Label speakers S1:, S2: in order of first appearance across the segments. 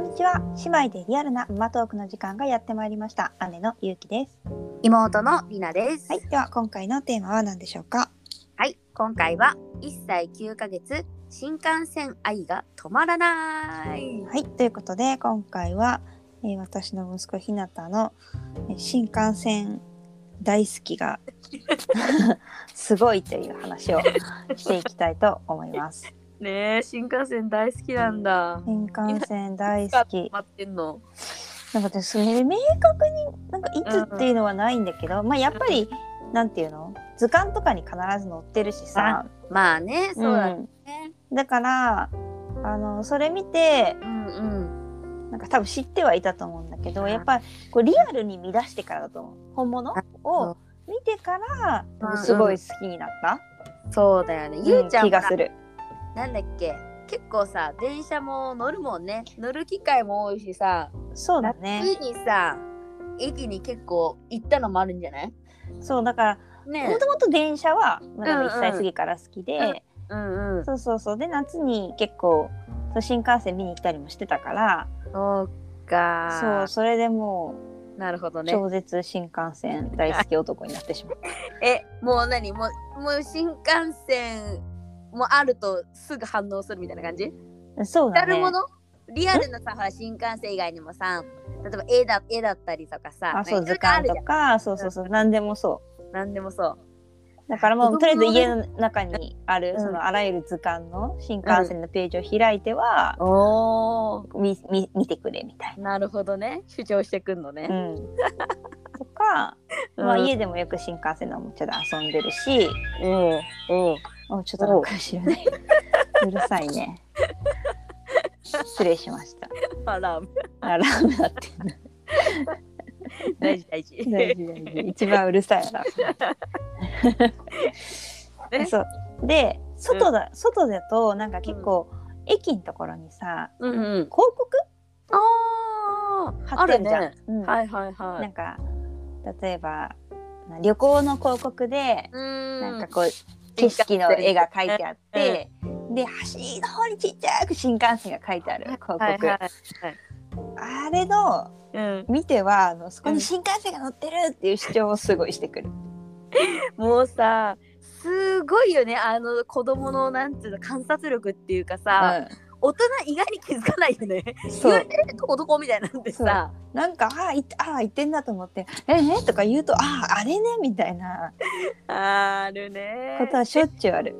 S1: んにちは姉妹でリアルな馬トークの時間がやってまいりました姉のゆうきです
S2: 妹のりなです。
S1: はいでは今回のテーマは何でしょうか
S2: はい、今回は1歳9ヶ月新幹線愛が止まらない。
S1: はいということで今回は、えー私の息子ひなたのえー新幹線大好きが すごいという話をしていきたいと思います
S2: ねえ、新幹線大好きなんだ。
S1: 新幹線大好き
S2: 待ってんの。
S1: なんか私ね明確になんかいつっていうのはないんだけど、まあやっぱりなんていうの図鑑とかに必ず載ってるしさ、
S2: まあね、そうだね。
S1: うんだからあのそれ見て
S2: うんうん。
S1: なんか多分知ってはいたと思うんだけど
S2: うん
S1: やっぱりこうリアルに見出してからだと思う本物を見てから多分すごい好きになった、
S2: そうだよね。ゆうちゃ
S1: うんん気が
S2: は
S1: する。
S2: なんだっけ結構さ、電車も乗るもんね。乗る機会も多いしさ、
S1: そうだ
S2: 夏
S1: ね
S2: にさ、駅に結構行ったのもあるんじゃない
S1: そうだから
S2: ね
S1: もともと電車はまだ
S2: うんうん
S1: 1歳過ぎから好きで、
S2: うんうん。
S1: そうそうそうで夏に結構そう新幹線見に行ったりもしてたから
S2: そ
S1: そ
S2: う
S1: う
S2: か。
S1: それでも
S2: なるほど
S1: う
S2: ね。
S1: 超絶新幹線大好き男になってしまった
S2: えもう何もうもう新幹線もあるとすぐ反応するみたいな感じ
S1: そう
S2: な
S1: だ
S2: る
S1: ね
S2: ものリアルなさほら新幹線以外にもさ例えば絵だ絵だったりとかさ
S1: あそう
S2: なん
S1: 図
S2: か
S1: 鑑と
S2: いろいろある
S1: かそうそうそう何でもそ
S2: じゃん何でもそう
S1: うだからもう
S2: 子
S1: とりあえ
S2: 供
S1: ず
S2: のね
S1: 家の中にある
S2: うん
S1: そのあらゆる図鑑の新幹線のページを開いては
S2: おー
S1: みみ見てくれみたい
S2: なるほどね主張してくんのね、
S1: な。うんと か、まあ、
S2: うん
S1: 家でもよく新幹線のおもちゃで遊んでるし
S2: うんうん
S1: おちょっとなんか後ろね うるさいね失礼しました
S2: アラーム
S1: アラーム鳴ってんの
S2: 大事大事
S1: 大事大事一番うるさいアラーム
S2: ね
S1: そうで外だ、外だとなんか結構、駅のところにさ
S2: うんうん
S1: 広告
S2: あー
S1: 貼
S2: あ
S1: って
S2: る
S1: るじゃん、
S2: ね
S1: うん
S2: はいはいは
S1: ないんか例えばな旅行の広告で、
S2: うーん
S1: なんかこう景色の絵が描いてあって、で端の方にちっちゃく新幹線が書いてある広告、
S2: はいはいはい
S1: あれの
S2: うん
S1: 見てはあのそこ
S2: う
S1: に
S2: ん
S1: 新幹線が乗ってるっていう主張をすごいしてくる。
S2: もうさすごいよねあの子供のなんていうの観察力っていうかさ、大人意外に気づかないよね。
S1: うん、そ
S2: 言
S1: う
S2: うてどこどこみたいなんでさ
S1: なんかああいっああ言ってんなと思って「ええとか言うと「あああれね」みたいな
S2: ある
S1: こ
S2: ね
S1: とはしょっちゅうある。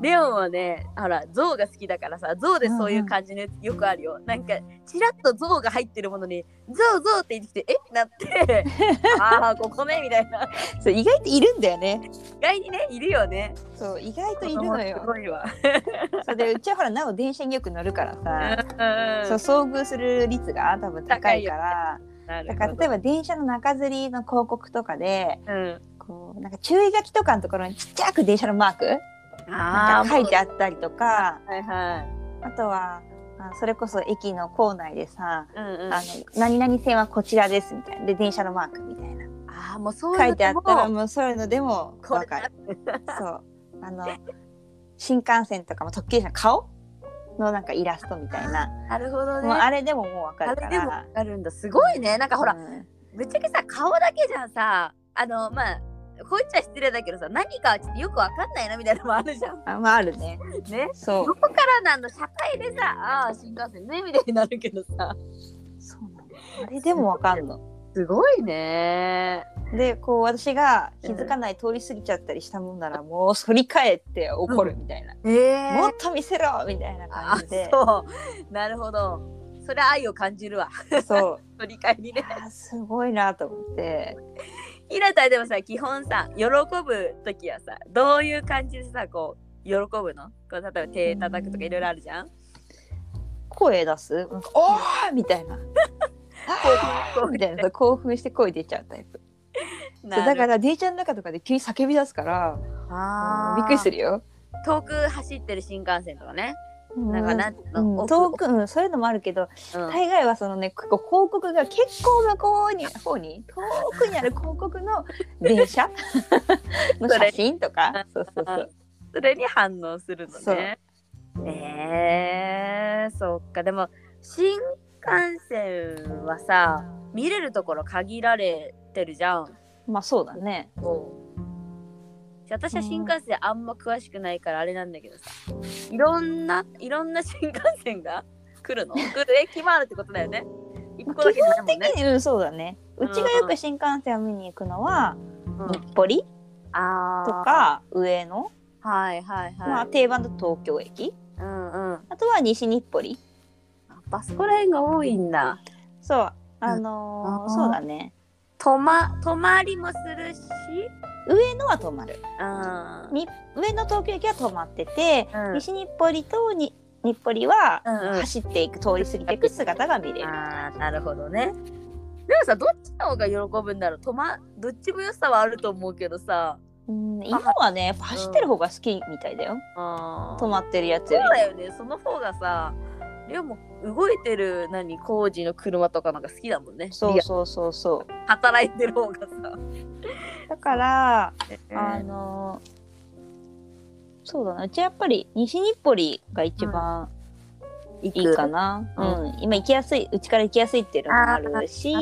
S2: レオンはねほら象が好きだからさ象でそういう感じのやつよくあるよ、なんかちらっと象が入ってるものに「象象」って言ってきて「えっ?」な って「ああここね」みたいな
S1: そう意外といるんだよね。
S2: 意外にねいるよね。
S1: そう意外といるの
S2: 子供す
S1: よ。
S2: ごいわ。
S1: それでうちはほらなお電車によく乗るからさ、
S2: う
S1: そう遭遇する率が多分高いからだから例え
S2: ば、
S1: ば電車の中吊りの広告とかで
S2: うん、
S1: こうなんか注意書きとかのところにちっちゃく電車のマーク
S2: あ
S1: な
S2: あ
S1: んか書いてあったりとか。
S2: はいはい。
S1: あとはあそれこそ駅の構内でさ、
S2: うんうん、
S1: あの何々線はこちらですみたいなで電車のマークみたいな
S2: ああもうそういうの
S1: 書いてあったら
S2: も
S1: もうそういうのでも
S2: こ
S1: わ
S2: れ
S1: か
S2: だ
S1: る。そうあの新幹線とかも特急車の顔のなんかイラストみたいな、
S2: なるほどね。
S1: もうあれでももうわか
S2: あ
S1: るか
S2: れでも
S1: ら
S2: わ。かるんだ。すごいね。なんかほら、
S1: うん
S2: ぶっちゃけさ顔だけじゃんさあのまあこう言っちゃ失礼だけどさ何かちょっとよくわかんないなみたいなのもあるじゃん
S1: あまああるね
S2: ね。
S1: そ
S2: ど
S1: う
S2: こからなんだ社会でさああ新幹線ねみたいになるけどさ
S1: そうなのあれでもわかんの
S2: すごいね
S1: でこう私が気づかない通り過ぎちゃったりしたもんならもう反り返って怒るみたいな、
S2: ええ
S1: もっと見せろみたいな
S2: あ
S1: 感じで
S2: そうなるほどそれは愛を感じるわ
S1: そう
S2: 振り返りね
S1: あーすごいなと思って
S2: ひなたはでもさ基本さ喜ぶ時はさどういう感じでさこう喜ぶのこう例えば手叩くとかいろいろあるじゃん
S1: 声出すなんか「おー!」みた いな
S2: こう
S1: みたいなそう興奮して声出ちゃうタイプそう
S2: な
S1: だ
S2: る
S1: から電車の中とかで急に叫び出すから
S2: あー
S1: びっくりするよ。
S2: 遠く走ってる新幹線とかねなんかなんていう
S1: う
S2: の
S1: ん、
S2: 奥
S1: 遠く、うん、そういうのもあるけど
S2: うん
S1: 大概はそのね結構広告が結構向こうに方に遠くにある広告の電 車の写真とかそうそうそう
S2: それに反応するの
S1: そう
S2: ねえー、そっかでも新幹線はさ見れるところ限られてるじゃん。
S1: まあそうだね。
S2: 私は新幹線あんま詳しくないからあれなんだけどさいろんないろんな新幹線が 来るの来る駅もあるってことだよね。一個だけだもんね。
S1: 的に、うん、そうだね。うちがよく新幹線を見に行くのは、日暮里
S2: うん、ああ。
S1: と。か上野、
S2: はいはいはい。
S1: まあ定番だと東京駅、
S2: うんうん。
S1: あとは西日暮里。
S2: バスコらへんが多いんだ。
S1: そう、あのー
S2: あー
S1: そうだね。
S2: とま、泊まりもするし。
S1: 上野は止まる。
S2: うん。
S1: に上野東京駅は止まってて、
S2: うん
S1: 西日暮里とに日暮里は
S2: うんうん
S1: 走っていく、通り過ぎていく姿が見れる。
S2: あーなるほどね。でもさどっちの方が喜ぶんだろうとまどっちも良さはあると思うけどさ
S1: うん、今はね、走ってる方が好きみたいだよ。
S2: あー
S1: 止まってるやつ
S2: そう
S1: より。
S2: だよねその方がさりょうも動いてる何工事の車とかなんか好きだもんね
S1: そうそうそうそう。
S2: リア働いてる方がさ、
S1: だから、あ
S2: あの
S1: のーそうだなうちはやっぱり西日暮里が一番
S2: い
S1: いいか
S2: な
S1: な、う
S2: うんん
S1: 今行きやすいうちから行きやすいっていうのもあるし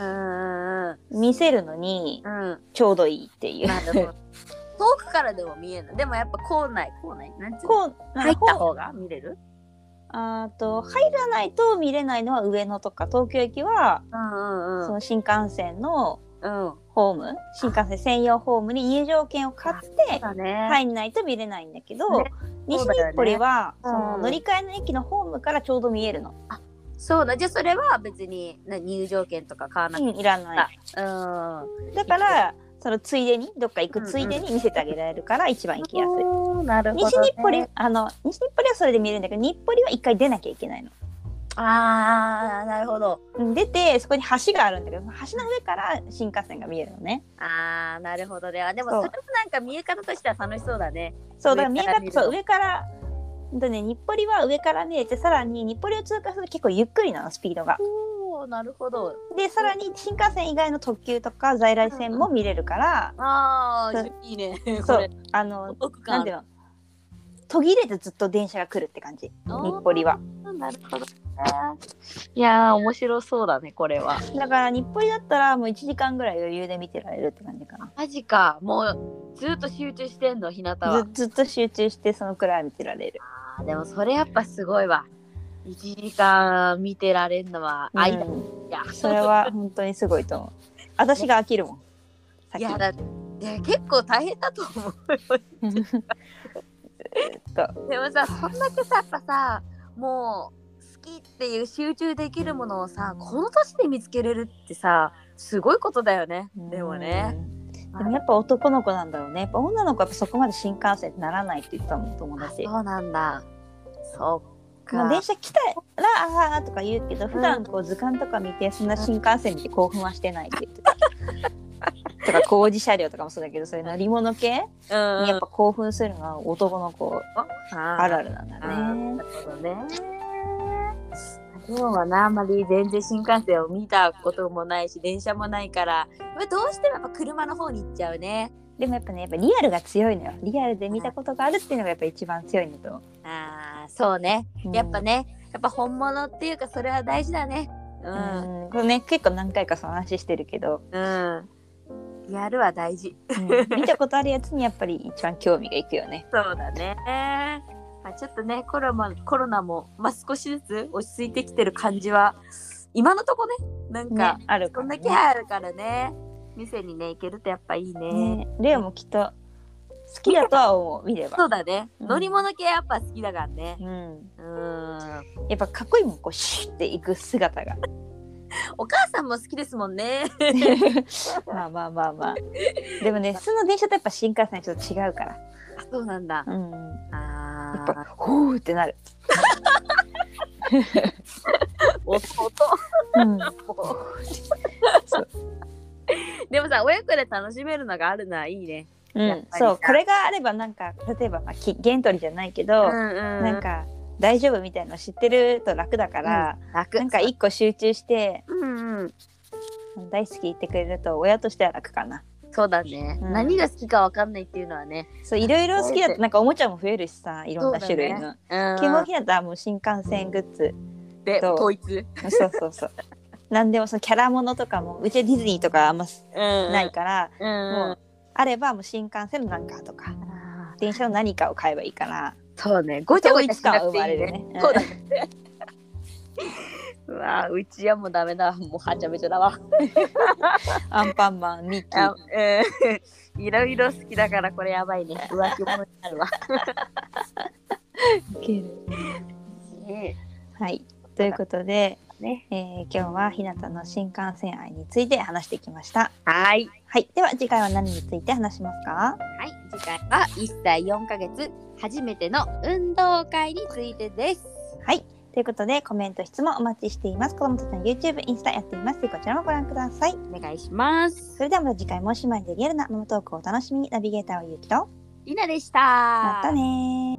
S2: うんうん
S1: 見せるのに
S2: うんうん
S1: ちょうどいいっていう。
S2: な るほど遠くからでも見えないでもやっぱ校内校内なんつうの
S1: こう
S2: 入
S1: なんか
S2: った
S1: こう
S2: 方が見れる
S1: あーと入らないと見れないのは上野とか東京駅は、
S2: うんうん
S1: その新幹線の
S2: うん
S1: ホーム新幹線専用ホームに入場券を買って
S2: だね、い、
S1: 入んないと見れないんだけど、
S2: ね
S1: 西
S2: そう
S1: 日
S2: だよね
S1: 暮里は
S2: う
S1: そ
S2: ん
S1: の乗り換えの駅のホームからちょうど見えるの。
S2: そうだじゃあそれは別にな入場券とか買わなくて
S1: うん、いらない。
S2: うん
S1: だからそのついでにどっか行く
S2: うんうん
S1: ついでに見せてあげられるから一番行きやすい。
S2: おーなるほど、ね、
S1: 西日暮里、あの西日暮里はそれで見れるんだけど日暮里は一回出なきゃいけないの。
S2: あーなるほど
S1: うん出てそこに橋があるんだけどその橋の上から新幹線が見えるのね。
S2: あーなるほどねあでも
S1: そう
S2: それもなんか見え方としては楽しそうだね
S1: そうだから見
S2: 上
S1: え
S2: から見
S1: 方
S2: る
S1: そう上から。ほんとね、日暮里は上から見えてさらに日暮里を通過すると結構ゆっくりなのスピードが。
S2: おーなるほど
S1: でさらに新幹線以外の特急とか在来線も見れるから、
S2: あ
S1: そ
S2: ーいいねこ
S1: そう
S2: れ
S1: あの
S2: お得
S1: なん
S2: 感
S1: ていうの途切れてずっと電車が来るって感じ日
S2: あー
S1: 暮里は。
S2: なるほどねいやー面白そうだねこれは
S1: だから日暮里だったらもう1時間ぐらい余裕で見てられるって感じかな
S2: マジかもうずっと集中してんの日向は
S1: ずずっと集中してそのくらい見てられる
S2: あーでもそれやっぱすごいわ1時間見てられるのは愛だ、
S1: うん
S2: いや
S1: それは本当にすごいと思う私が飽きるもん
S2: い
S1: 先
S2: や
S1: に
S2: だいや結構大変だと思うよでもさそんだけさやっぱさもう好きっていう集中できるものをさこの年で見つけれるってさすごいことだよねでもね
S1: うんでもやっぱ男の子なんだろうねやっぱ女の子はやっぱそこまで新幹線ってならないって言ってたもん友
S2: あ
S1: 達
S2: そうなんだそっか、
S1: まあ、電車来たらあーとか言うけど普段こう図鑑とか見てそんな新幹線見て興奮はしてないって言ってた とか工事車両とかもそうだけどそういう乗り物系
S2: うん
S1: やっぱ興奮するのは男の子あるあるなんだ
S2: あー
S1: ね
S2: な。るほどね今日はなあんまり全然新幹線を見たこともないし電車もないからまあどうしてもやっぱ車の方に行っちゃうね
S1: でもやっぱね、やっぱリアルが強いのよ。リアルで見たことがあるっていうのがやっぱ一番強いんだと思
S2: あーそうね
S1: う。
S2: やっぱね、やっぱ本物っていうかそれは大事だね。
S1: う
S2: う。
S1: んん。うん。これね、結構何回かその話してるけど、
S2: うん。やるは大事。
S1: うん見たことあるやつにやっぱり一番興味がいくよね。
S2: そうだね。まあ、ちょっとねコロナコロナも、まあ、少しずつ落ち着いてきてる感じは今のとこねなん
S1: ね
S2: か、、
S1: あるか
S2: こん
S1: ら
S2: な
S1: ね
S2: 気配あるからね店にね行けるとやっぱいいね。
S1: ね。レオもきっと好きだとは思う、見れば。
S2: そうだね、
S1: うん
S2: 乗り物系やっぱ好きだからね
S1: う。ん。
S2: うん。
S1: やっぱかっこいいもん、こうシュッていく姿 が。
S2: お母さんも好きですもんね。
S1: まあまあまあまあ。でもね、普通の電車とやっぱ新幹線はちょっと違うから。
S2: あそうなんだ。
S1: うん。
S2: あ
S1: やっ
S2: あ。
S1: ぱ、ほうってなる。
S2: 音音。
S1: うん。
S2: でもさ親子で楽しめるのがあるのはいいね。
S1: う
S2: やっ
S1: ん、
S2: ぱりさ
S1: そうこれがあればなんか例えば、まあ、きゲントリじゃないけど、
S2: な
S1: なんか大丈夫みたいなの知ってると楽だから、
S2: 楽
S1: なんか一個集中して
S2: うんうん
S1: 大好き言ってくれると親としては楽かな
S2: そうだね、
S1: うん
S2: 何が好きかわかんないっていうのはね、
S1: そういろいろ好きだとなんかおもちゃも増えるしさいろんな種類の、
S2: うん
S1: 基本ひなたはもう新幹線グッズ
S2: で
S1: そう
S2: 統一
S1: そうそうそう。なんでもそのキャラものとかもうちはディズニーとかあんまな
S2: ない
S1: から、
S2: う
S1: もうあればもう新幹線のなんかとか
S2: ん
S1: 電車の何かを買えばいいから
S2: そうねごちゃごちゃしなく
S1: 統一感は生
S2: ていい
S1: まれる
S2: ね
S1: ね
S2: そうだねうわうちはもうダメだもうはちゃめちゃだわ
S1: アンパンマンミッキー
S2: あうんいろいろ好きだからこれやばいね浮気者になるわね
S1: はいということで、
S2: ね
S1: えー今日は日向の新幹線愛について話してきました。
S2: はい
S1: はい、では次回は何について話しますか
S2: はい、次回は1歳4ヶ月初めての運動会についてです。
S1: はい。ということで、コメント、質問お待ちしています。子供たちの YouTube、インスタやっています。ぜひこちらもご覧ください。
S2: お願いします。
S1: それではまた次回もおしまいでリアルなママトークをお楽しみにナビゲーターはゆうきと。
S2: りなでした。
S1: またねー